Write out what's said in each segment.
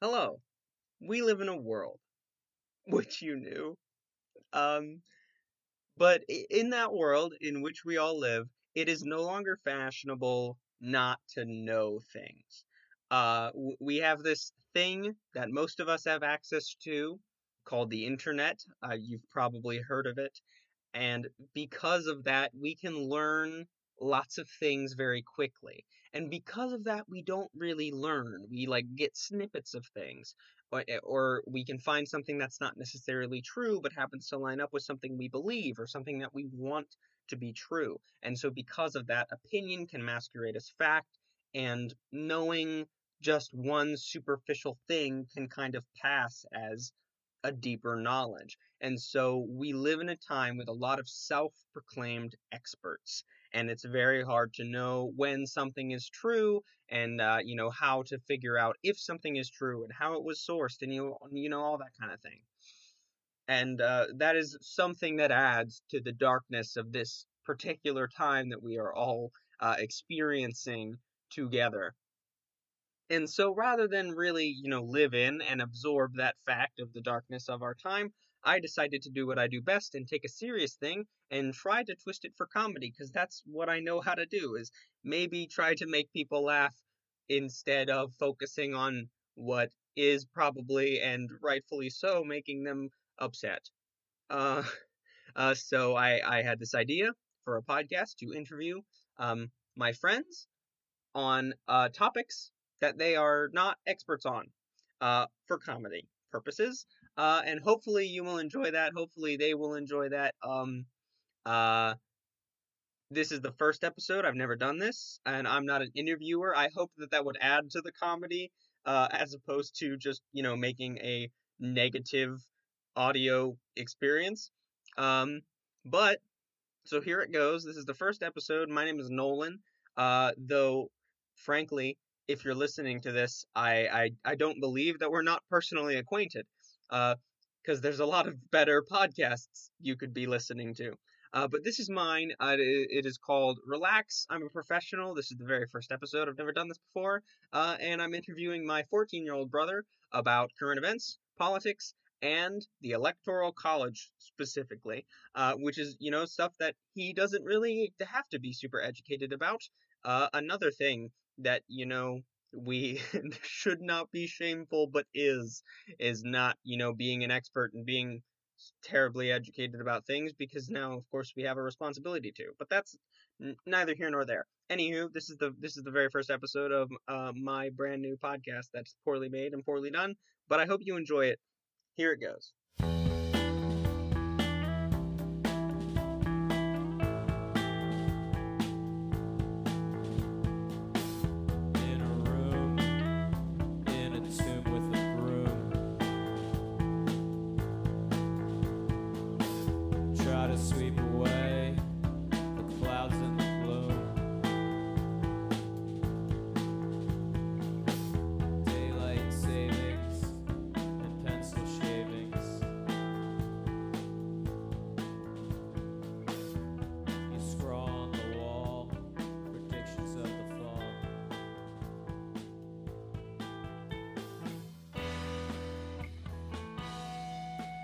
Hello. We live in a world, which you knew. Um, but i- in that world in which we all live, it is no longer fashionable not to know things. Uh, w- we have this thing that most of us have access to called the internet. Uh, you've probably heard of it. And because of that, we can learn lots of things very quickly. And because of that, we don't really learn. We like get snippets of things, or, eh, or we can find something that's not necessarily true, but happens to line up with something we believe or something that we want to be true. And so, because of that, opinion can masquerade as fact, and knowing just one superficial thing can kind of pass as a deeper knowledge. And so we live in a time with a lot of self proclaimed experts, and it's very hard to know when something is true and, uh, you know, how to figure out if something is true and how it was sourced and, you, you know, all that kind of thing. And uh, that is something that adds to the darkness of this particular time that we are all uh, experiencing together. And so rather than really, you know, live in and absorb that fact of the darkness of our time, I decided to do what I do best and take a serious thing and try to twist it for comedy because that's what I know how to do is maybe try to make people laugh instead of focusing on what is probably and rightfully so making them upset. Uh, uh, so I, I had this idea for a podcast to interview um, my friends on uh, topics that they are not experts on uh, for comedy purposes. Uh, and hopefully you will enjoy that. Hopefully they will enjoy that. Um, uh, this is the first episode. I've never done this, and I'm not an interviewer. I hope that that would add to the comedy uh, as opposed to just, you know, making a negative audio experience. Um, but so here it goes. This is the first episode. My name is Nolan. Uh, though, frankly, if you're listening to this, I I, I don't believe that we're not personally acquainted, because there's a lot of better podcasts you could be listening to. Uh, but this is mine. Uh, it, it is called Relax. I'm a professional. This is the very first episode. I've never done this before, uh, and I'm interviewing my 14 year old brother about current events, politics, and the Electoral College specifically, uh, which is, you know, stuff that he doesn't really have to be super educated about. Uh, another thing that, you know, we should not be shameful, but is, is not, you know, being an expert and being terribly educated about things because now of course we have a responsibility to but that's n- neither here nor there anywho this is the this is the very first episode of uh, my brand new podcast that's poorly made and poorly done but i hope you enjoy it here it goes In a room, in a tomb with a broom. Try to sweep away the clouds and the gloom. Daylight savings and pencil shavings. You scrawl on the wall predictions of the fall.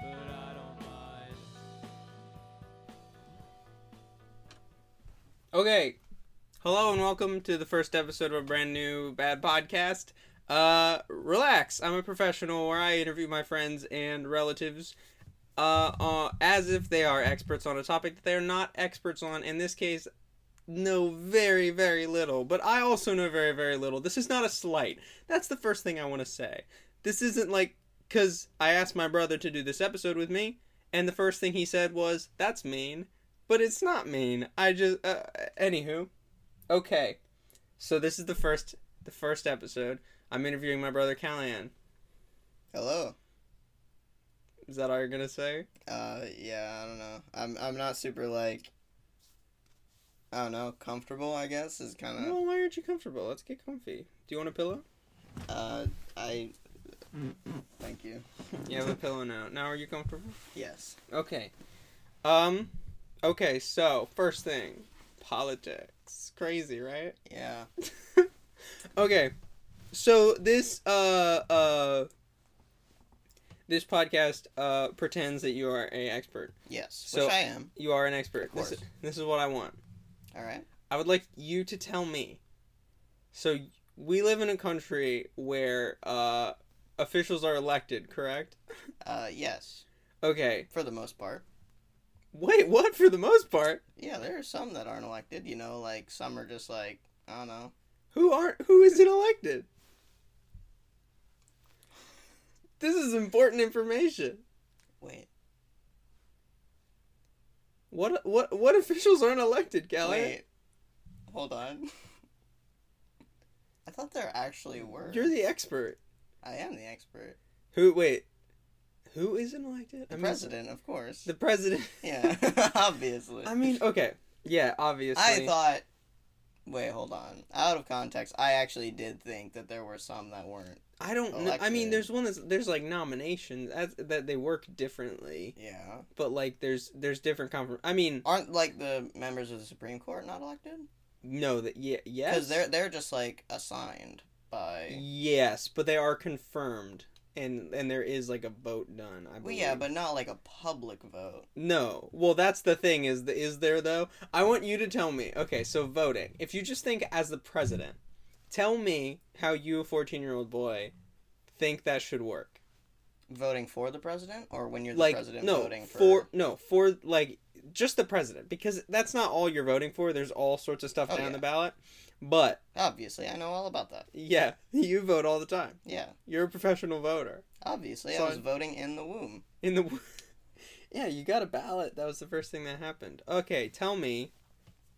but I don't mind. okay hello and welcome to the first episode of a brand new bad podcast uh relax i'm a professional where i interview my friends and relatives uh, uh as if they are experts on a topic that they're not experts on in this case know very, very little, but I also know very, very little. This is not a slight. That's the first thing I want to say. This isn't like because I asked my brother to do this episode with me, and the first thing he said was, "That's mean," but it's not mean. I just, uh, anywho, okay. So this is the first, the first episode. I'm interviewing my brother Callahan. Hello. Is that all you're gonna say? Uh, yeah, I don't know. I'm I'm not super like. I don't know. Comfortable, I guess, is Uh, kind Mm. of. Well, why aren't you comfortable? Let's get comfy. Do you want a pillow? Uh, I. Thank you. You have a pillow now. Now are you comfortable? Yes. Okay. Um okay, so first thing, politics. Crazy, right? Yeah. okay. so this uh uh this podcast uh pretends that you are a expert. Yes, So- which I am. You are an expert. Of This course. is, this is what I want. All right. I would like you to tell me. So we live in a country where uh officials are elected, correct? Uh, yes, Okay. for the most part. Wait, what for the most part? Yeah, there are some that aren't elected. You know, like some are just like I don't know. Who aren't who isn't elected? This is important information. Wait, What what what officials aren't elected, Kelly? wait, hold on. I thought there actually were. You're the expert. I am the expert. Who wait? Who isn't elected? The I mean, president, of course. The president. Yeah, obviously. I mean, okay. Yeah, obviously. I thought. Wait, hold on. Out of context, I actually did think that there were some that weren't. I don't know. I mean, elected. there's one that's there's like nominations that's, that they work differently, Yeah. but like there's there's different confer- I mean, Aren't like the members of the Supreme Court not elected? no, that yeah, yes. Because they're they're just like assigned by. Yes, but they are confirmed, and and there is like a vote done. I believe. Well, yeah, but not like a public vote. no. Well, that's the thing is the, is there though? I want you to tell me. Okay, so voting. If you just think as the president, tell me how you, a fourteen year old boy, think that should work. Voting for the president, or when you're the like president no voting for. for no for like just the president because that's not all you're voting for. There's all sorts of stuff Oh, down yeah. the ballot, but Obviously, I know all about that. yeah, you vote all the time. Yeah, You're a professional voter. obviously, So I was I- voting in the womb. in the yeah you got a ballot that was the first thing that happened okay tell me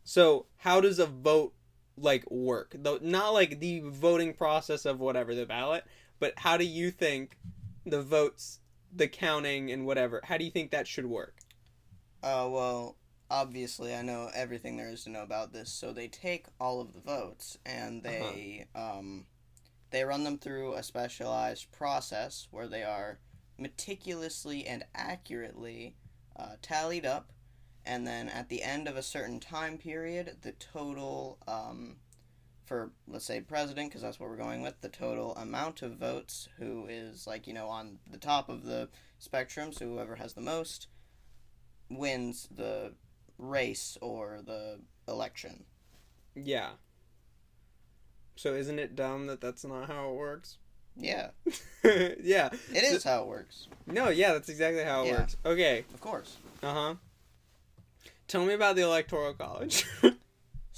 so how does a vote like work though not like the voting process of whatever the ballot but how do you think the votes the counting and whatever how do you think that should work Uh, well, obviously, I know everything there is to know about this. So they take all of the votes and they um, they run them through a specialized process where they are meticulously and accurately uh, tallied up, and then at the end of a certain time period, the total um, for let's say president, because that's what we're going with, the total amount of votes, who is like you know on the top of the spectrum, so whoever has the most wins the race or the election. yeah so isn't it dumb that that's not how it works Yeah, yeah it is how it works, no yeah that's exactly how it Yeah. works okay of course. uh-huh tell me about the electoral college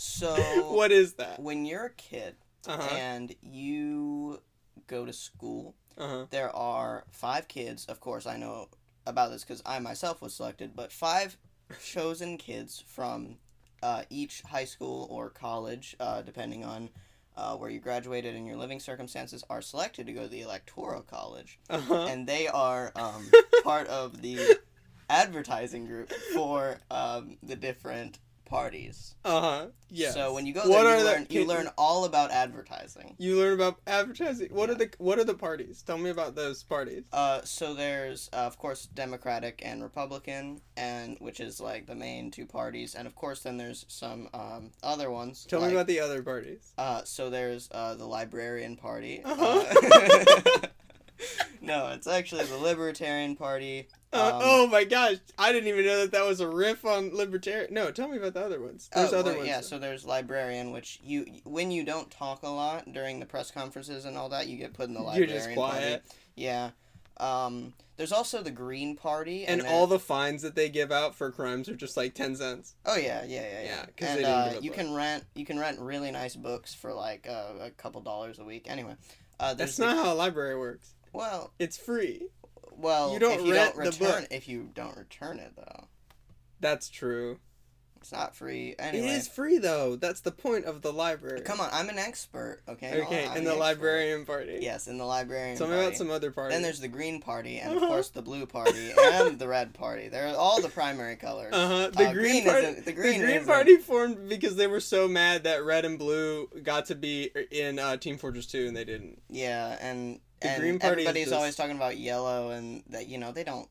So what is that when you're a kid uh-huh and you go to school, uh-huh there are five kids. Of course, I know about this because I myself was selected, but five chosen kids from uh, each high school or college, uh, depending on uh, where you graduated and your living circumstances, are selected to go to the electoral college. uh-huh and they are um, part of the advertising group for um, the different parties. Uh-huh. Yeah. So when you go What there, are you the- learn, you can- learn all about advertising. you learn about advertising, what are Yeah. the what are the parties? Tell me about those parties. Uh, so there's uh, of course Democratic and Republican, and which is like the main two parties, and of course then there's some um, other ones. Tell me like- about the other parties. Uh, so there's uh, the Librarian Party. Uh-huh. Uh, no, it's actually the Libertarian Party. Uh, um, oh my gosh, I didn't even know that that was a riff on libertarian. No, tell me about the other ones. There's Oh, other well, ones. Yeah, so there's librarian, which you when you don't talk a lot during the press conferences and all that, you get put in the You're librarian. just party. quiet. Yeah. Um, there's also the Green Party, And, and, all the fines that they give out for crimes are just like 10 cents. oh yeah, yeah, yeah, yeah. Yeah, 'cause they and didn't uh, give a you book. can rent you can rent really nice books for like uh, a couple dollars a week. Anyway, uh, there's That's the- not how a library works. well, It's free. well. You don't if you rent don't the return book. if you don't return it though, That's true. it's not free. Anyway, It is free though. That's the point of the library. come on, I'm an expert. Okay. Okay, I'm and an the expert. librarian party. Yes, in the librarian. Tell me party. about some other party. Then there's the green party, and of Uh-huh. course the blue party, and the red party. They're all the primary colors. uh-huh. The Uh, green, party. isn't- the The green, green, isn't- party formed because they were so mad that red and blue got to be in uh, Team Fortress Two, and they didn't. Yeah, and The and green party is everybody's just- always talking about yellow, and that you know they don't.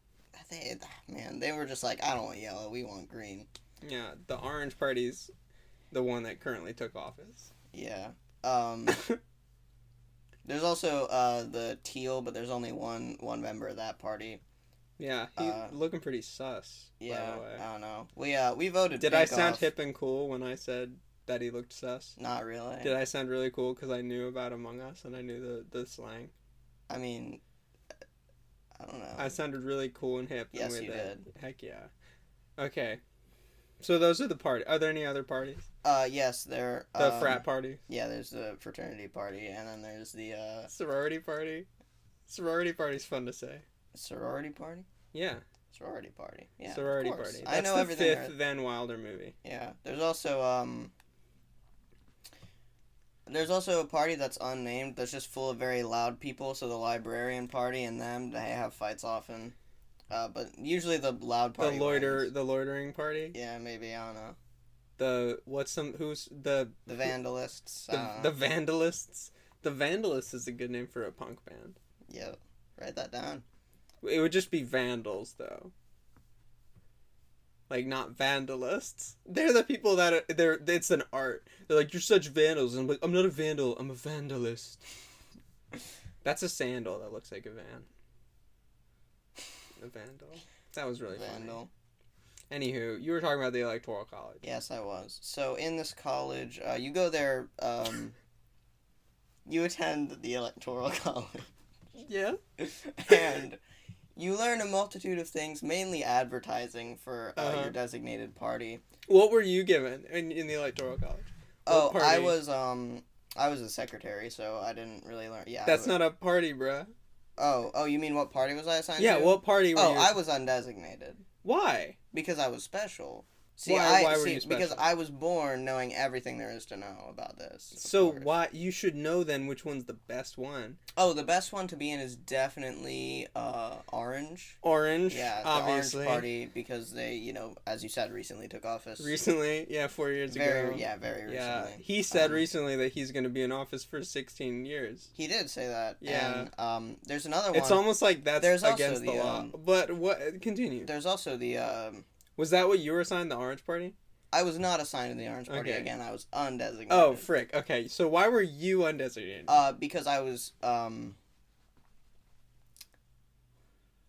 They ah, man, they were just like, I don't want yellow. We want green. Yeah, the orange party's the one that currently took office. Yeah. Um. There's also uh, the teal, but there's only one one member of that party. Yeah, he's Uh, looking pretty sus. Yeah, By the way. I don't know. We uh we voted. Did I Pink sound off. hip and cool when I said that he looked sus? Not really. Did I sound really cool because I knew about Among Us and I knew the, the slang? I mean, I don't know. I sounded really cool and hip. Yes, and you Heck yeah. Okay. So those are the party. Are there any other parties? Uh, yes, there. The um, frat party, Yeah, there's the fraternity party, and then there's the uh, sorority party. Sorority party's fun to say. sorority party. Yeah, Sorority party. Yeah. of sorority course. party. That's I know the everything. fifth there- Van Wilder movie. Yeah. There's also um. There's also a party that's unnamed that's just full of very loud people. So the librarian party and them they have fights often, uh, but usually the loud The party. loiter, wins. the loitering party. Yeah, maybe I don't know. The what's some who's the The uh-huh. vandalists. uh, the, I don't the know. vandalists. The vandalists is a good name for a punk band. yeah. Write that down. It would just be vandals though. Like not vandalists. They're the people that are, they're it's an art. They're like you're such vandals and I'm like I'm not a vandal, I'm a vandalist. That's a sandal that looks like a van. A vandal. That was really Vandal. funny. Anywho, you were talking about the electoral college. Yes, I was. So in this college, uh, you go there. Um, you attend the electoral college, Yeah. and you learn a multitude of things, mainly advertising for uh, Uh-huh. your designated party. What were you given in, in the electoral college? oh, What I party? was um, I was a secretary, so I didn't really learn. Yeah, I That's was- not a party, bruh. Oh, oh, you mean what party was I assigned Yeah, to? what party were Oh, you? I was undesignated Why? because I was special. See, Why- I why were see, you because special? I was born knowing everything there is to know about this. of So course. why you should know then which one's the best one. Oh, the best one to be in is definitely uh, Orange. Orange, Yeah, the obviously. Orange Party because they, you know, as you said, recently took office. Recently, yeah, four years very, ago. yeah, very recently. Yeah, he said Um, recently that he's going to be in office for 16 years. He did say that. Yeah. And, um, there's another one. It's almost like that's There's also against the, the, law. um, But what? Continue. There's also the. Um, Was that what you were assigned, the Orange Party? I was not assigned to the Orange Party Okay. again. I was undesignated. Oh, frick. Okay, so why were you undesignated? Uh, because I was um.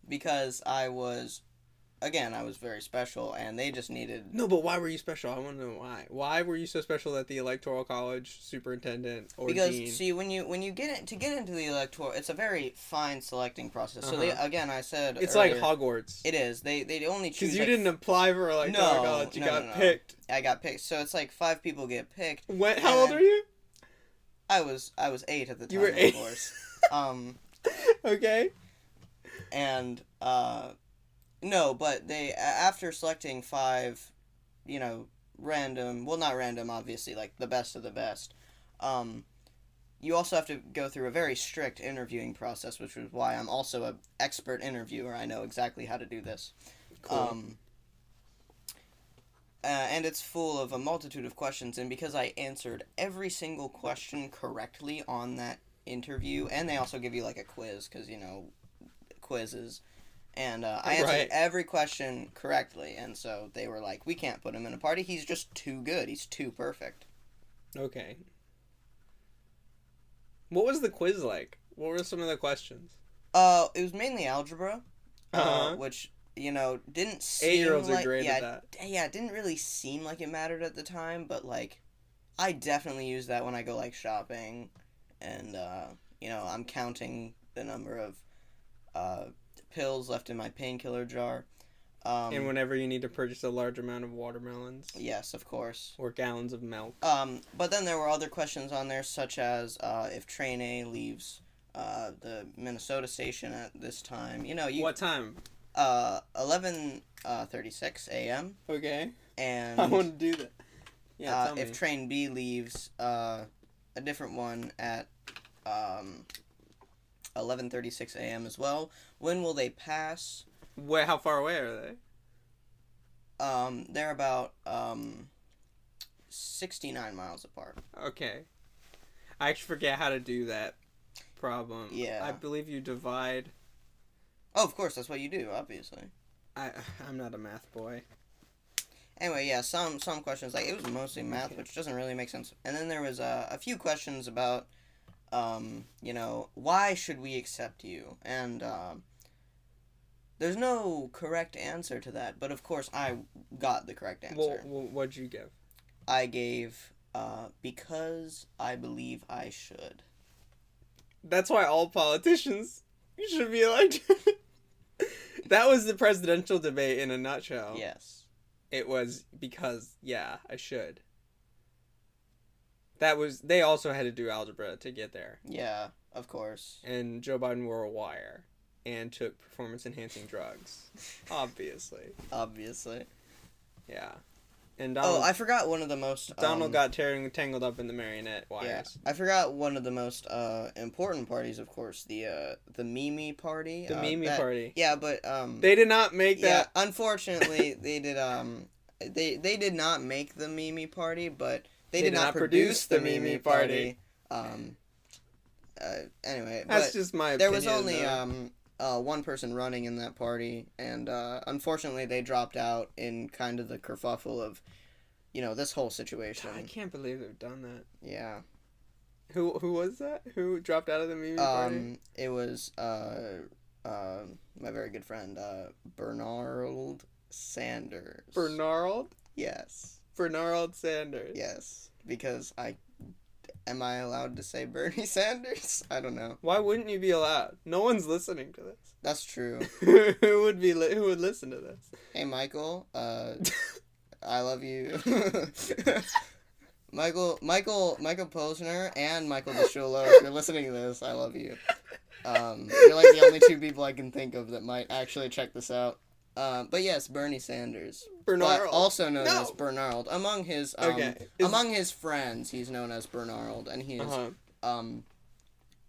Because I was, again, I was very special, and they just needed no, but why were you special? I want to know why. Why were you so special that the electoral college superintendent or because dean? see when you when you get in, to get into the electoral it's a very fine selecting process so they Uh-huh. again i said it's earlier, like Hogwarts. it is they they only choose Because you like, didn't apply for electoral No, college, you no, got no, no. picked. i got picked so it's like five people get picked When? How old And- are you? i was i was eight at the time You were of eight. course um okay. and uh no but they a- after selecting five you know random well not random obviously like the best of the best um you also have to go through a very strict interviewing process which is why i'm also an expert interviewer i know exactly how to do this um uh, and it's full of a multitude of questions and because i answered every single question correctly on that interview and they also give you like a quiz because you know quizzes and uh, i answered Right. every question correctly and so they were like we can't put him in a party he's just too good he's too perfect Okay. What was the quiz like? What were some of the questions? uh it was mainly algebra uh Uh-huh. which you know didn't seem Eight-year-olds like, are great yeah, at that. d- yeah, it didn't really seem like it mattered at the time, but like, I definitely use that when I go like shopping, and uh, you know I'm counting the number of uh, pills left in my painkiller jar. Um, and whenever you need to purchase a large amount of watermelons yes, of course. or gallons of milk. Um, but then there were other questions on there, such as uh, if Train A leaves uh, the Minnesota station at this time. You know, you what time? uh, eleven uh, thirty six a.m. Okay. and I want to do that. Yeah, uh, tell if me. train B leaves uh, a different one at um, 11:36 a.m. as well. When will they pass? Where, how far away are they? Um, they're about um, 69 miles apart. Okay. I actually forget how to do that problem. Yeah. I believe you divide. Oh, of course, that's what you do, obviously. I, I'm not a math boy. Anyway, yeah, some some questions like it was mostly math, which doesn't really make sense. And then there was uh, a few questions about um, you know, why should we accept you? And um, there's no correct answer to that, but of course I got the correct answer. Well, well, what'd you give? I gave uh, because I believe I should. That's why all politicians should be elected. that was the presidential debate in a nutshell. Yes. It was because yeah, I should. That was they also had to do algebra to get there. Yeah, of course. And Joe Biden wore a wire and took performance enhancing drugs. Obviously. Obviously. Yeah. And Oh, Donald I forgot one of the most Donald um, got tang- tangled up in the marionette Yeah, wires. I forgot one of the most uh, important parties, of course, the uh, the Mimi party. The uh, Mimi that- party. Yeah, but um, They did not make yeah, that unfortunately, they did um, they they did not make the Mimi party, but they, did, not, produce the Mimi, party. Um, uh, anyway, that's but just my there opinion. was only though. um uh, one person running in that party, and uh, unfortunately, they dropped out in kind of the kerfuffle of, you know, this whole situation. I can't believe they've done that. Yeah. Who who was that? Who dropped out of the Mimi party? Um, it was uh, uh, my very good friend uh, Bernard Sanders. Bernard Yes. Bernard Sanders. Yes. Because I am I allowed to say Bernie Sanders? I don't know. Why wouldn't you be allowed? No one's listening to this. That's true. who would be li- who would listen to this? Hey Michael, uh, I love you. Michael, Michael, Michael Posner and Michael DeShula, if you're listening to this, I love you. Um, you're like the only two people I can think of that might actually check this out. Um, but yes, Bernie Sanders, Bernard. but also known No. as Bernard. Among his um, Okay. Is- among his friends, he's known as Bernard, and he is uh-huh. um,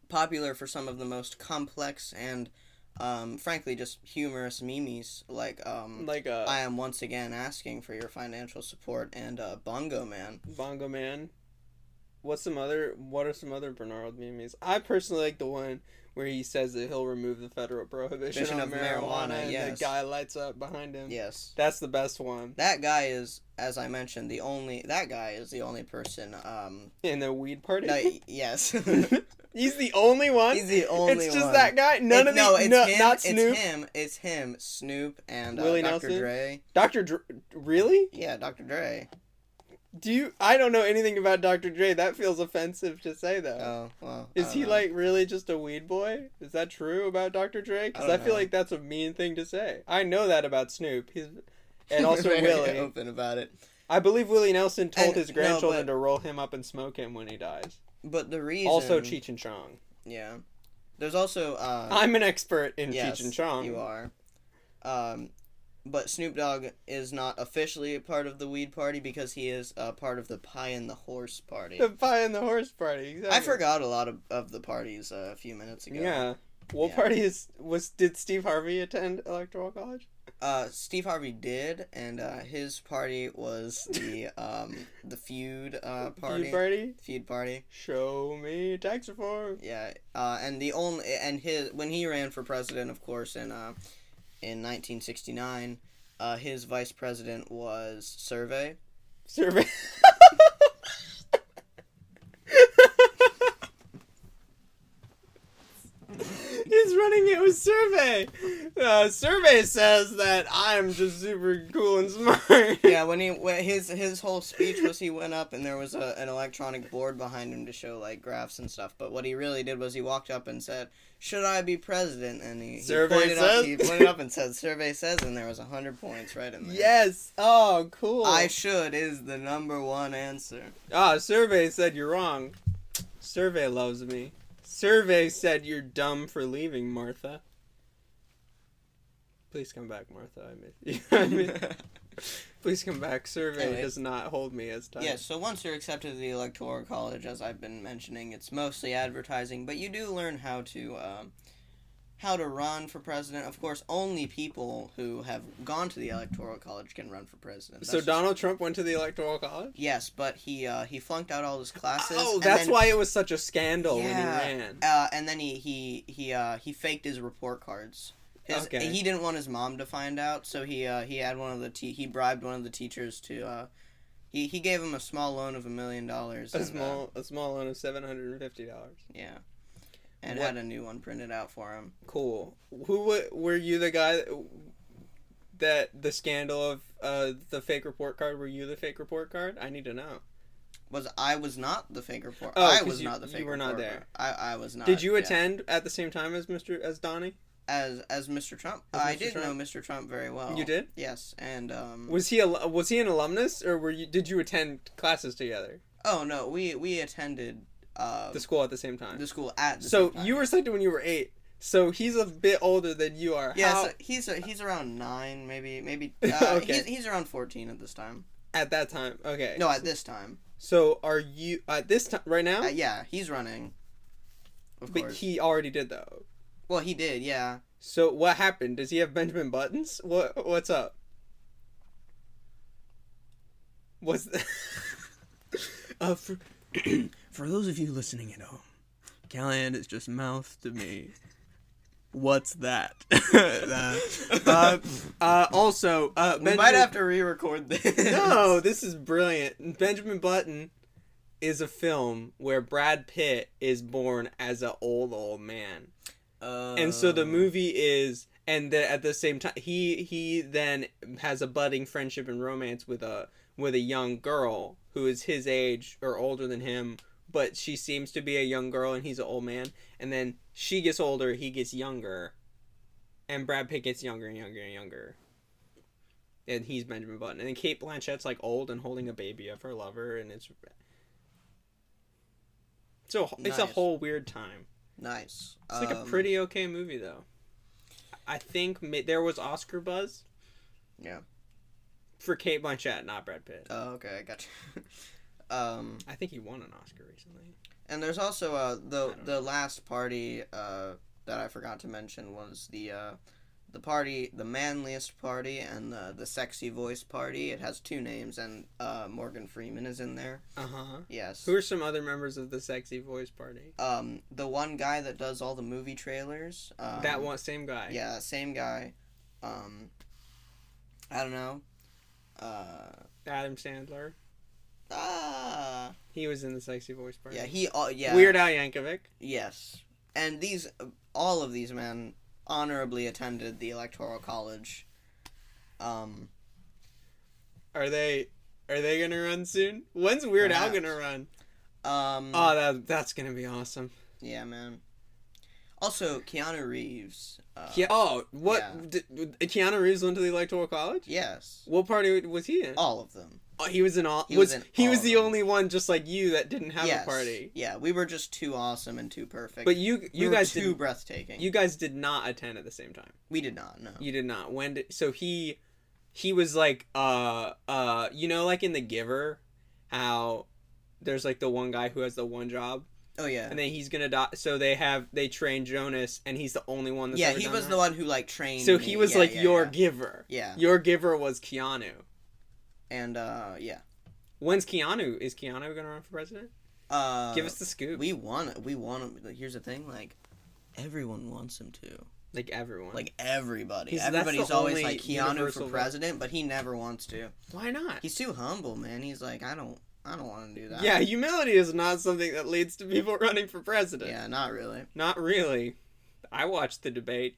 popular for some of the most complex and, um, frankly, just humorous memes like um, Mm-hmm. like uh, a I am once again asking for your financial support and uh, Bongo Man. bongo man. What's some other? What are some other Bernard memes? I personally like the one where he says that he'll remove the federal prohibition Vision on of marijuana, marijuana, and yes. the guy lights up behind him. Yes, That's the best one. that guy is, as I mentioned, the only that guy is the only person. Um, In the weed party. that, yes, he's He's the only one. the only. it's just one. that guy. None It- of no, the it's no, him. not Snoop. It's him. It's him. Snoop and uh, Willie Dr. Nelson? Dre. Dr. Dr. Really? Yeah, Dr. Dre. Do you? I don't know anything about Dr. Dre. That feels offensive to say though. Oh well. I Is don't he know. like really just a weed boy? Is that true about Dr. Dre? Because I I, don't feel know. like that's a mean thing to say. I know that about Snoop. He's and also Very Willie. open about it? I believe Willie Nelson told And- his no, grandchildren but- to roll him up and smoke him when he dies. But the reason Also Cheech and Chong. Yeah. There's also uh, I'm an expert in Yes, Cheech and Chong. You are. Um, but Snoop Dogg is not officially a part of the weed party because he is a part of the pie and the horse party. The pie and the horse party. Exactly. I forgot a lot of, of the parties uh, a few minutes ago. Yeah. What Yeah. party is was did Steve Harvey attend electoral college? Uh, Steve Harvey did, and uh, his party was the um, the feud uh, party. Feud party? Feud party. Show me tax reform. Yeah. Uh, and the only and his when he ran for president, of course, in uh, in 1969, uh, his vice president was Survey. Survey. He's running it with survey. Uh, survey says that I'm just super cool and smart. yeah, when he when his his whole speech was he went up and there was a, an electronic board behind him to show like graphs and stuff. But what he really did was he walked up and said, "Should I be president?" And he, he Survey pointed says. up he pointed up and said, "Survey says," and there was hundred points right in there. Yes. Oh, cool. I should is the number one answer. Ah, survey said you're wrong. Survey loves me. Survey said you're dumb for leaving, Martha. Please come back, Martha. I miss you. I miss- Please come back. Survey Anyway. does not hold me as tight. Yeah, so once you're accepted to the Hmm. Electoral College, as I've been mentioning, it's mostly advertising, but you do learn how to um, how to run for president. Of course, only people who have gone to the Electoral College can run for president. So That's just- Donald Trump went to the Electoral College. yes, but he uh, he flunked out all his classes. Oh, and that's then- why it was such a scandal Yeah. when he ran. Uh, and then he he he uh, he faked his report cards. His, Okay. He didn't want his mom to find out, so he uh, he had one of the te- he bribed one of the teachers to uh, He he gave him a small loan of a million dollars. A and, uh, small a small loan of seven hundred and fifty dollars. yeah, and What- had a new one printed out for him. Cool. Who wa- were you the guy that, that the scandal of uh, the fake report card? Were you the fake report card? I need to know. Was I was not the fake report. Oh, I 'cause was you- not the you fake. were not reporter. there. I I was not. Did you Uh, yeah. attend at the same time as Mr. as Donnie? as as Mr. Trump? As I Mr. did Trump? know Mr. Trump very well. You did? Yes, and um. Was he a, was he an alumnus or were you did you attend classes together? oh no, we we attended uh The the, school at the same time. school at. The So same time. you were selected when you were 8. So he's a bit older than you are. Yeah, How- so he's a, he's around nine, maybe maybe. Uh, Okay. he's, he's around fourteen at this time. at that time. Okay. No, at this time. So are you at this time right now? Uh, yeah, he's running. Of but course. he already did though. well, he did. Yeah. So what happened? Does he have Benjamin Buttons? What what's up? What's the uh, for, for those of you listening at home, Callahan is just mouth to me. What's that? uh, uh, also, uh, We might have to re-record this. no, this is brilliant. Benjamin Button is a film where Brad Pitt is born as an old old man Uh, and so the movie is and the, at the same time he he then has a budding friendship and romance with a with a young girl who is his age or older than him but she seems to be a young girl and he's an old man and then she gets older he gets younger and brad pitt gets younger and younger and younger and he's benjamin button and then kate blanchett's like old and holding a baby of her lover and it's so it's a Nice. whole weird time Nice. it's like a Um, pretty okay movie though. I think ma- there was Oscar buzz Yeah. for Kate Blanchett, not Brad Pitt. Oh, okay, I got you. um, I think he won an Oscar recently. and there's also uh I the don't the last party uh that I forgot to mention was the uh the party the manliest party and the the sexy voice party. It has two names and uh Morgan Freeman is in there. Uh huh. Yes. Who are some other members of the Sexy Voice Party? um the one guy that does all the movie trailers. Um, that one, same guy. Yeah, that same guy. Um, I don't know. Uh, Adam Sandler. ah, He was in the Sexy Voice Party. yeah, he. uh, all yeah, Weird Al Yankovic. Yes, and these, all of these men, honorably attended the Electoral College. Um, Are they? Are they gonna run soon? When's Weird Al Perhaps. gonna run? um, Oh, that that's gonna be awesome. yeah, man. Also, Keanu Reeves. Uh, yeah. Oh, what? yeah. Did, Keanu Reeves went to the Electoral College. Yes, What party was he in? all of them. Oh, he was in all. He was, was in he all was of the them. only one, just like you, that didn't have yes. a party. Yeah, we were just too awesome and too perfect. But you, We you were guys, too did, breathtaking. you guys did not attend at the same time. we did not. No. You did not. When did, so he, he was like, uh, uh, you know, like in The Giver, how there's like the one guy who has the one job, oh yeah. and then he's gonna die. So they have they train Jonas, and he's the only one. That's Yeah, ever he done was that. the one who like trained. So me. he was Yeah, like yeah, your yeah. giver. Yeah, Your giver was Keanu. and uh, yeah. When's Keanu? Is Keanu gonna run for president? Uh, Give us the scoop. We want. We want him. like, Here's the thing. Like, everyone wants him to. like everyone. Like everybody. He's- that's Everybody's the always only like Keanu universal for vote. president, but he never wants to. why not? He's too humble, man. He's like, I don't. I don't want to do that. Yeah, humility is not something that leads to people running for president. Yeah. Not really. Not really. I watched the debate.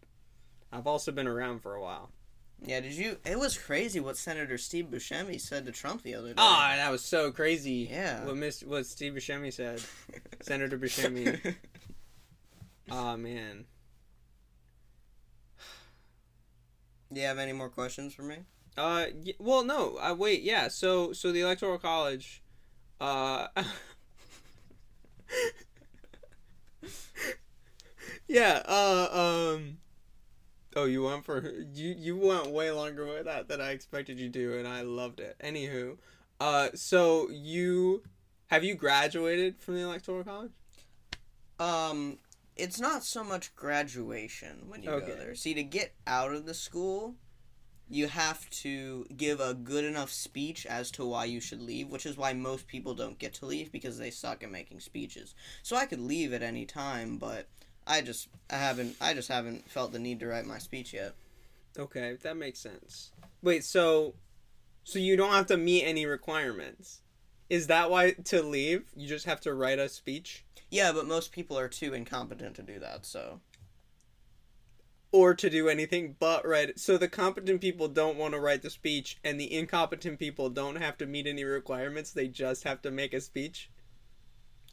I've also been around for a while. Yeah. Did you? It was crazy what Senator Steve Buscemi said to Trump the other day. Ah, that was so crazy. Yeah. What Miss what Steve Buscemi said, Senator Buscemi. Ah man. do you have any more questions for me? Uh, y- well, no. I wait. Yeah. So so the Electoral College. Uh. yeah. Uh. Um. Oh, you went for you. You went way longer with that than I expected you to, and I loved it. Anywho, uh, so you have you graduated from the Electoral College? Um, it's not so much graduation when you Okay. go there. See, to get out of the school, you have to give a good enough speech as to why you should leave, which is why most people don't get to leave because they suck at making speeches. So I could leave at any time, but I just I haven't I just haven't felt the need to write my speech yet. Okay, that makes sense. Wait. So, So you don't have to meet any requirements. Is that why to leave you just have to write a speech Yeah, but most people are too incompetent to do that, so. or to do anything but write? it? So the competent people don't want to write the speech, and the incompetent people don't have to meet any requirements. They just have to make a speech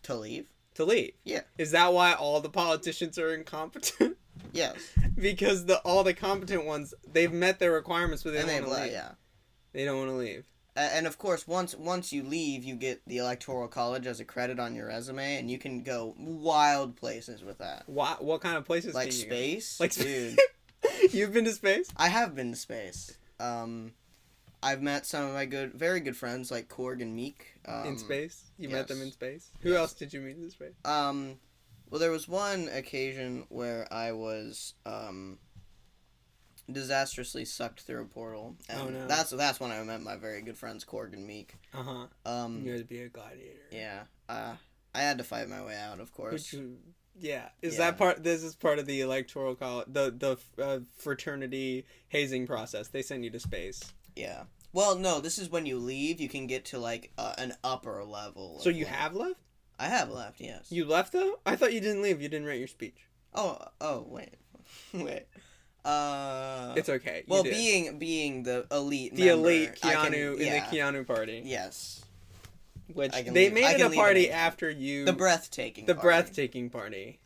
To leave? to leave. Yeah. Is that why all the politicians are incompetent? Yes. because the all the competent ones they've met their requirements, but they and they don't want to le- leave. yeah. They don't want to leave. A- And of course, once once you leave, you get the electoral college as a credit on your resume, and you can go wild places with that, What what kind of places like can you go? space. Like dude, You've been to space? I have been to space. Um, I've met some of my good, very good friends like Korg and Meek. Um, in space? You met them yes. in space? Who else did you meet in space? Um, well, there was one occasion where I was um, disastrously sucked through a portal. And Oh, no. That's that's when I met my very good friends Korg and Meek. Uh huh. Um, You had to be a gladiator. yeah, uh, I had to fight my way out, of course. Which you- yeah. Is Yeah. that part? This is part of the electoral college, the the uh, fraternity hazing process. They send you to space, Yeah. Well, no, this is when you leave. You can get to like uh, an upper level. so of, you like- have left. I have left. Yes. You left though. I thought you didn't leave. You didn't write your speech. Oh. Oh. Wait. wait. Uh. it's okay. You well, did. being being the elite. the member, elite I Keanu can- in yeah, the Keanu party, Yes. which I can they leave- I made it can a leave at any party time. after you. The breathtaking. The part. breathtaking party.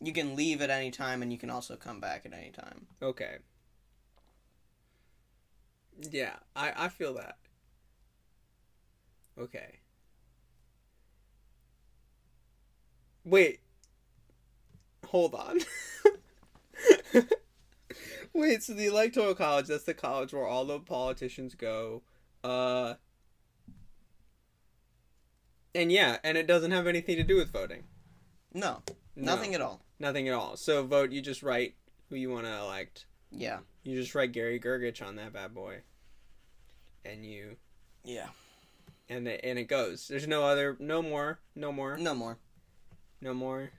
You can leave at any time, and you can also come back at any time. Okay. Yeah, I I feel that. Okay. Wait. Hold on. Wait, so the electoral college, that's the college where all the politicians go. Uh And yeah, and it doesn't have anything to do with voting. No, No, nothing at all. nothing at all. So vote, you just write who you want to elect. Yeah. You just write Gary Gergich on that bad boy, and you Yeah. and it, and it goes. There's no other, no more, no more, No more. no more.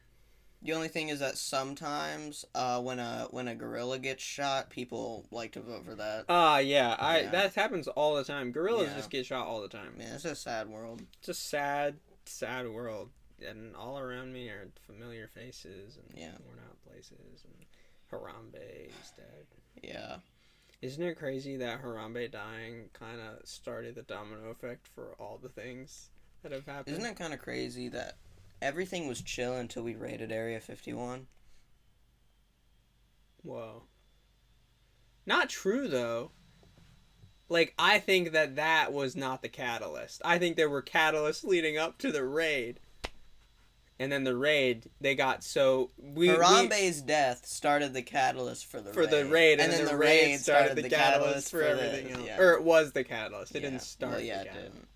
The only thing is that sometimes, uh, when a when a gorilla gets shot, people like to vote for that. Ah, yeah, I Yeah. that happens all the time. Gorillas Yeah. just get shot all the time. Man, it's a sad world. It's a sad, sad world, and all around me are familiar faces and Yeah. worn out places. And Harambe is dead. Yeah. Isn't it crazy that Harambe dying kind of started the domino effect for all the things that have happened? Isn't it kind of crazy that everything was chill until we raided Area 51? Whoa. Not true though. Like I think that that was not the catalyst. I think there were catalysts leading up to the raid. And then the raid, they got so we we- Harambe's death started the catalyst for the for raid. the raid, and, then, the raid, started, the, catalyst, for this, everything else. yeah. Or it was the catalyst. It Yeah. didn't start. Well, the yeah, it catalyst. didn't.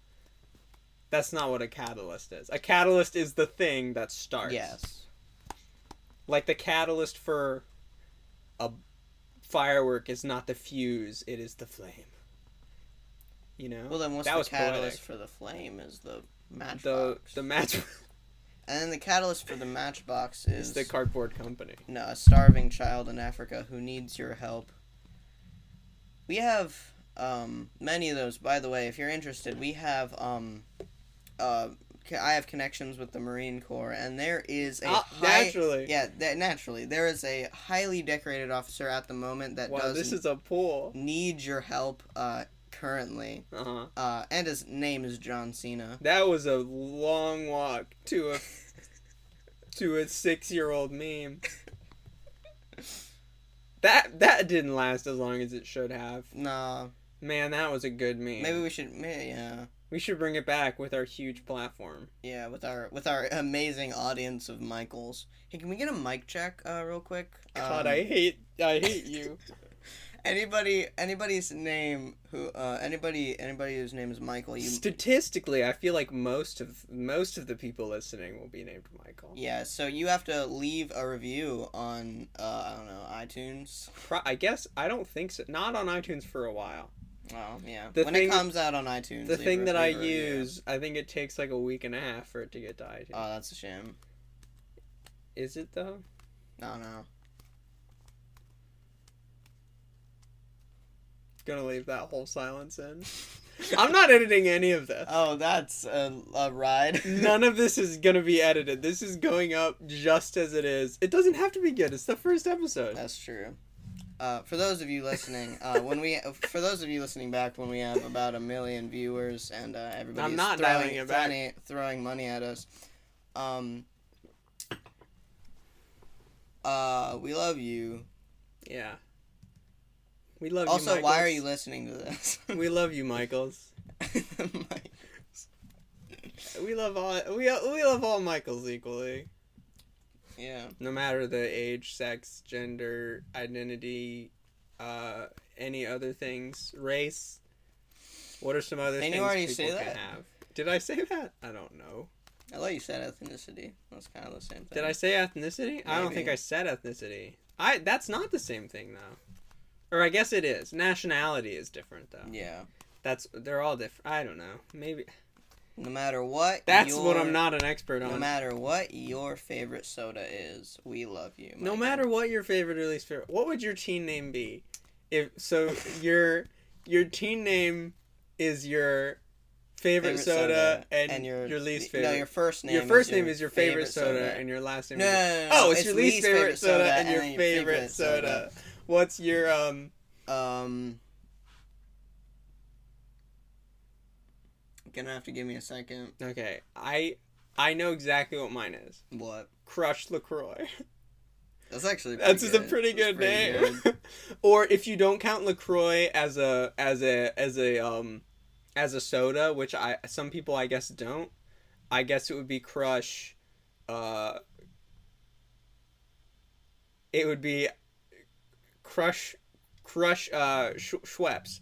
That's not what a catalyst is. A catalyst is the thing that starts. Yes. like the catalyst for a firework is not the fuse it is the flame you know Well, then what's that the was catalyst poetic. for the flame is the the matchbox. the match and then the catalyst for the matchbox is, is the cardboard company no, a starving child in Africa who needs your help. We have um, many of those. By the way, if you're interested, we have um, uh, c- I have connections with the Marine Corps, and there is a Ah, high- naturally. yeah, that, naturally there is a highly decorated officer at the moment that wow does this is a pool need your help uh, currently, uh-huh uh, and his name is John Cena. that was a long walk to a to a six-year-old meme that that didn't last as long as it should have Nah, man that was a good meme maybe we should, may yeah, we should bring it back with our huge platform yeah, with our with our amazing audience of Michaels. Hey, can we get a mic check, uh, real quick? God, Um, I hate, I hate you. anybody, anybody's name who, uh, anybody, anybody whose name is Michael, you, Statistically, I feel like most of most of the people listening will be named Michael. yeah. So you have to leave a review on, uh, I don't know, iTunes. Pro- I guess I don't think so. Not on iTunes for a while. Oh, yeah. The when thing- it comes out on iTunes, The leave thing a- that I leave a review. use, I think it takes like a week and a half for it to get to iTunes. Oh, that's a shame. Is it though? No, no. gonna leave that whole silence in. I'm not editing any of this. Oh, that's a, a ride. None of this is gonna be edited. This is going up just as it is. It doesn't have to be good. It's the first episode. That's true. Uh, for those of you listening, uh, when we for those of you listening back, when we have about a million viewers and uh, everybody's I'm not dialing throwing it back. throwing, throwing money at us, um, uh, we love you. Yeah. We love also, you. why are you Michaels. listening to this? We love you, Michaels. Mike. We love all we we love all Michaels equally, yeah, no matter the age, sex, gender, identity, uh, any other things, race. What are some other Didn't you things already people say can that? have? Did I say that? I don't know. I thought you said ethnicity. That's kind of the same thing. Did I say ethnicity? I don't think Maybe. I said ethnicity. I that's not the same thing though. Or I guess it is. Nationality is different though. Yeah. That's they're all different. I don't know. Maybe No matter what. that's what your- I'm not an expert on. No matter what your favorite soda is, we love you. No Michael. matter what your favorite or least favorite, what would your teen name be? If so, your your teen name is your favorite, soda, and, your, least favorite. No, your your, first name. first name is your favorite, soda, and your last name. no, is no, your, no, no, no, oh, it's, your least, favorite, soda, and your then favorite, soda. What's your um? soda. Um, gonna have to give me a second. Okay, I I know exactly what mine is. What? Crush Lacroix. That's actually pretty That's a good. pretty That's good name. or if you don't count Lacroix as a as a as a um as a soda, which I some people I guess don't. I guess it would be Crush. Uh, it would be Crush, Crush uh, Sh- Schweppes.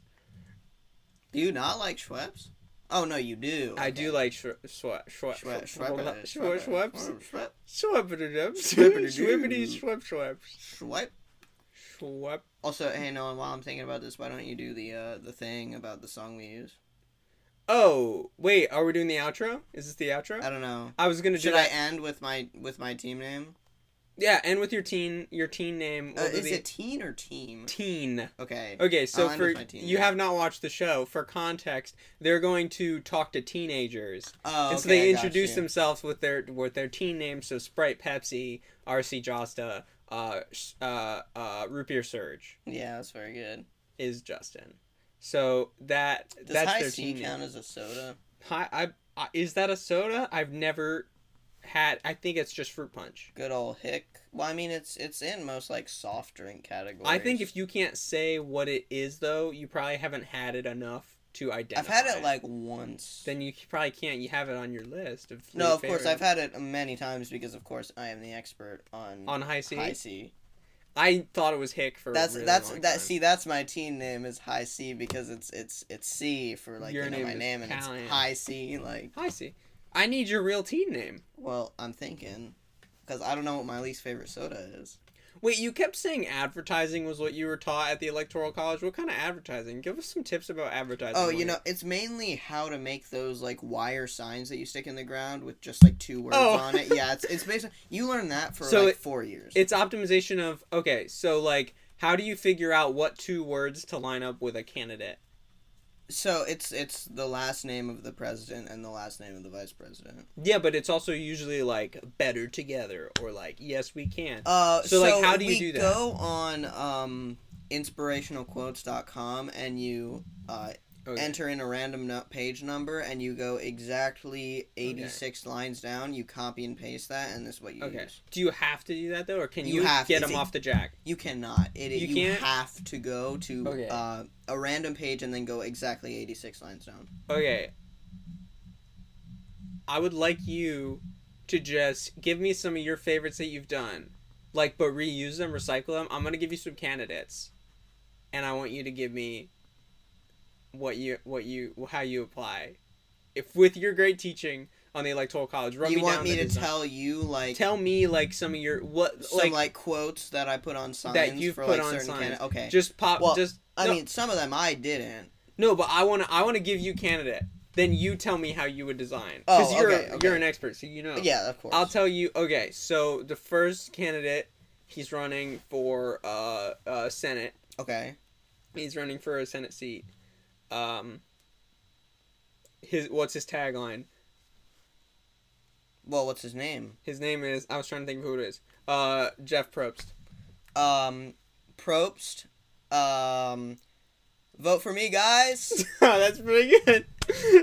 Do you not like Schweppes? Oh no, you do. I do like Schwe- Schwe- Schwe- Schweppes. Schwe- Schweppes. Schwe- Schweppes. Schweppes. Schweppity-dups. Schweppity-doo. Schweppity Schwep Schweppes. Schweppes. Schwep. Also, hey Nolan, while I'm thinking about this, why don't you do the uh, the thing about the song we use? Oh, wait, are we doing the outro? Is this the outro? I don't know. I was gonna do Should I that. end with my with my team name? yeah, and with your teen, your teen name. Uh, what was is the- it teen or team? teen? Okay. Okay, so I'll end for with my teen you name. have not watched the show. For context, they're going to talk to teenagers, Oh, and so okay, they I got introduce you. themselves with their with their teen names. So Sprite, Pepsi, RC Josta, uh, s- uh, uh, Root Beer Surge Yeah, that's very good. is Justin. So that Does that's high their C teen name. count as a soda? Hi, I, I is that a soda? I've never had. I think it's just fruit punch. Good old hick. Well, I mean, it's it's in most like soft drink categories. I think if you can't say what it is, though, you probably haven't had it enough to identify. I've had it like once. Then you probably can't. You have it on your list of. no, of course I've favorites. had it many times because of course I am the expert on on high C. high C. I thought it was Hick for. a That's really that's long that. time. See, that's my teen name is High C because it's it's it's C for like Your you know name my is name and Callan. it's High C. Like, High C. I need your real teen name. well, I'm thinking because I don't know what my least favorite soda is. Wait, you kept saying advertising was what you were taught at the electoral college. What kind of advertising? Give us some tips about advertising. Oh, William. you know, it's mainly how to make those like wire signs that you stick in the ground with just like two words Oh. on it. Yeah, it's it's basically you learn that for So like it- four years. It's optimization of okay, so like how do you figure out what two words to line up with a candidate? so it's it's the last name of the president and the last name of the vice president. Yeah, but it's also usually like better together or like yes we can. Uh, So, so, like, how do you we do that? Go on um, inspirationalquotes.com and you uh, Okay. enter in a random nu- page number and you go exactly 86 lines down. You copy and paste that, and this is what you Okay. use. Do you have to do that though, or can you, You have- get it's them a- off the jack? You cannot. It, You you can't? have to go to Okay. uh, a random page and then go exactly 86 lines down. Okay. I would like you to just give me some of your favorites that you've done, like but reuse them, recycle them. I'm gonna give you some candidates, and I want you to give me what you what you how you apply, if with your great teaching on the electoral college. Run Do you me want down me the to design. tell you, like, Tell me like some of your what some, like, like, quotes that I put on signs that you've for, put like, on certain signs. candidate- Okay. Just pop. Well, just I no, mean, some of them I didn't. no, but I wanna I wanna give you candidate. Then you tell me how you would design. Because Oh, you're okay, okay. you're an expert, so you know. Yeah, of course. Oh. I'll tell you. Okay, so the first candidate, he's running for uh, uh Senate, okay. He's running for a Senate seat. Um, his what's his tagline? Well, what's his name? His name is I was trying to think of who it is. Uh, Jeff Probst. Um, Probst. Um, vote for me, guys. That's pretty good.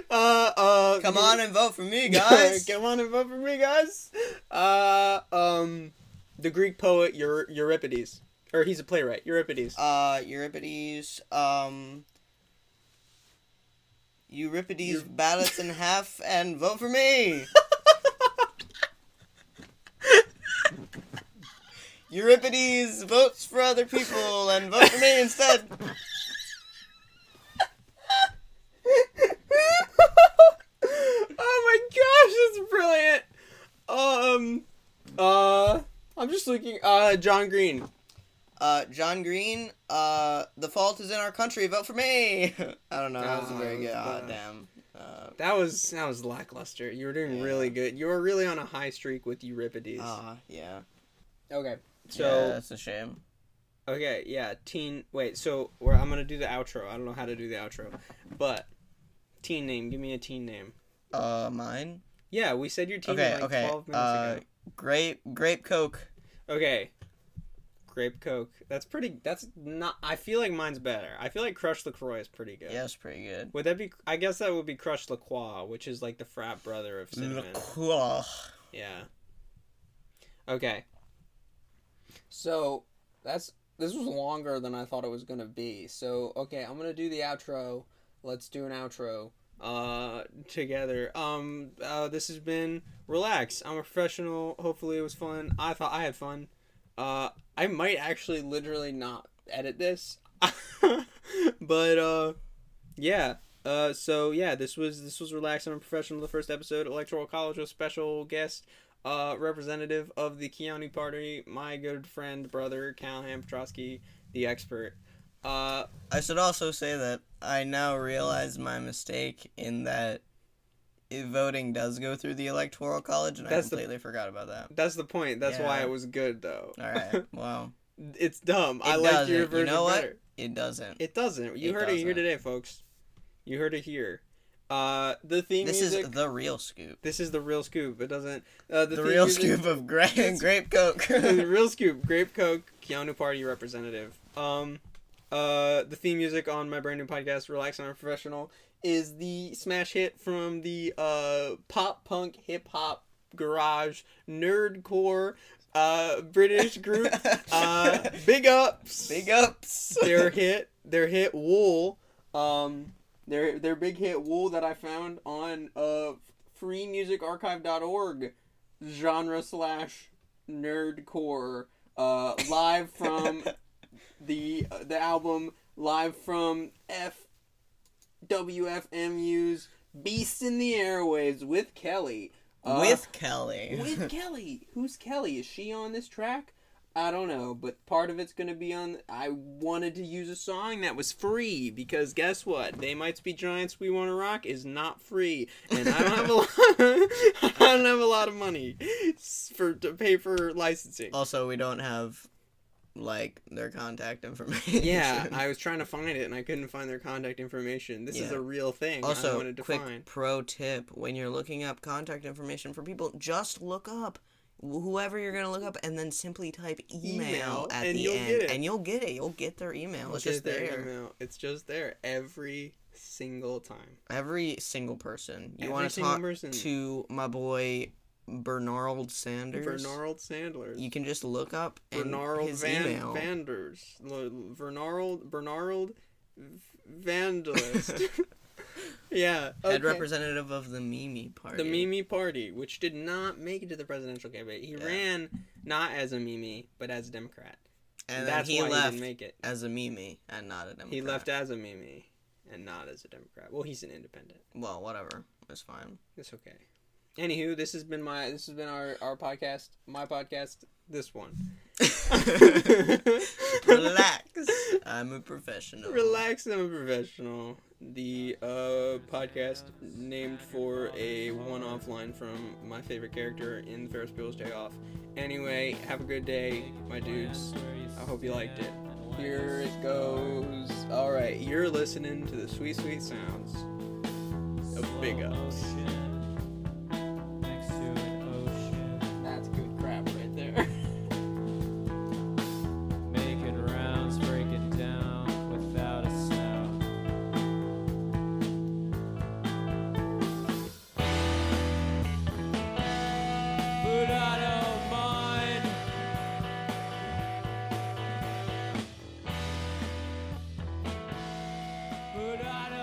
Uh, uh, Come on and vote for me, guys. Come on and vote for me, guys. Uh, um, the Greek poet Eur- Euripides, or he's a playwright. Euripides. Uh, Euripides. Um, Euripides ballots in half and vote for me. Euripides votes for other people and vote for me instead. oh my gosh, that's brilliant. Um, uh, I'm just looking. Uh, John Green. Uh, John Green, uh, the fault is in our country. Vote for me. I don't know. That wasn't very good. Ah, Ah, that- damn. Uh, That was that was lackluster. You were doing Yeah. really good. You were really on a high streak with Euripides. ah, yeah. okay. yeah, So that's a shame. okay, yeah. Teen. Wait. So where I'm gonna do the outro. I don't know how to do the outro, but teen name. Give me a teen name. Uh, mine. Yeah, we said your teen Okay, name like okay. 12 minutes Uh, ago. grape, grape Coke. Okay. Grape Coke. That's pretty. That's not. I feel like mine's better. I feel like Crush LaCroix is pretty good. Yeah, that's pretty good. Would that be? I guess that would be Crush LaCroix, which is like the frat brother of cinnamon. Mm, LaCroix. Yeah. Okay. So that's this was longer than I thought it was gonna be. So okay, I'm gonna do the outro. Let's do an outro uh together um uh this has been relax i'm a professional hopefully it was fun i thought i had fun uh i might actually literally not edit this but uh yeah uh, so yeah, this was this was relaxed and professional. The first episode, electoral college with special guest, uh, representative of the Keanu Party, my good friend brother Callahan Petrosky, the expert. Uh, I should also say that I now realize my mistake in that if voting does go through the electoral college, and That's I the- completely forgot about that. that's the point. That's why Yeah. it was good though. All right. Well, it's dumb. It I like doesn't. your You version know what? better. it doesn't. It doesn't. You It heard it here doesn't. today, folks. You heard it here. Uh, the theme this music. is the real scoop. This is the real scoop. It doesn't. Uh, The, the theme real music- scoop of gra- grape Coke. the real scoop grape coke keanu party representative um uh the theme music on my brand new podcast relax and professional is the smash hit from the uh pop punk hip hop garage nerdcore uh british group uh big ups Big ups. their hit their hit wool um their their big hit wool that i found on uh freemusicarchive.org genre slash nerdcore uh live from the uh, the album live from f wfmu's beast in the airwaves with kelly Uh, With Kelly. with Kelly. Who's Kelly? Is she on this track? I don't know, but part of it's going to be on. I wanted to use a song that was free because guess what? They Might Be Giants We Wanna Rock is not free. And I don't have a lot, I don't have a lot of money s- for to pay for licensing. also, we don't have like their contact information. Yeah, I was trying to find it and I couldn't find their contact information. This is Yeah. a real thing I Also, wanted to quick find. pro tip: when you're looking up contact information for people, just look up wh- whoever you're gonna look up, and then simply type email, Email, at and the you'll get end, it. and you'll get it. You'll get their email. It's Look at just their there. email. It's just there every single time. Every single person. You Every want to single talk person. to my boy Bernard Sanders. Bernard Sandler. You can just look up and Bernard his Van email. Vanders. L- Bernard Bernard Vandalist. yeah. Head okay. representative of the Mimi party. The Mimi Party, which did not make it to the presidential campaign. He Yeah. ran not as a Mimi, but as a Democrat. And then that's he why he left didn't make it. as a Mimi and not a Democrat. He left as a Mimi and not as a Democrat. Well, he's an independent. Well, whatever. It's fine. It's okay. Anywho, this has been my this has been our, our podcast, my podcast, this one. Relax. I'm a professional. Relax, I'm a professional. The uh, podcast named for a one off line from my favorite character in the Ferris Bueller's Day Off. Anyway, have a good day, my dudes. I hope you liked it. Oh, Here it goes. All right, you're listening to the sweet, sweet sounds of Big Ups. Next to an ocean, That's good crap right there. making rounds, breaking down without a sound. But I don't mind. But I don't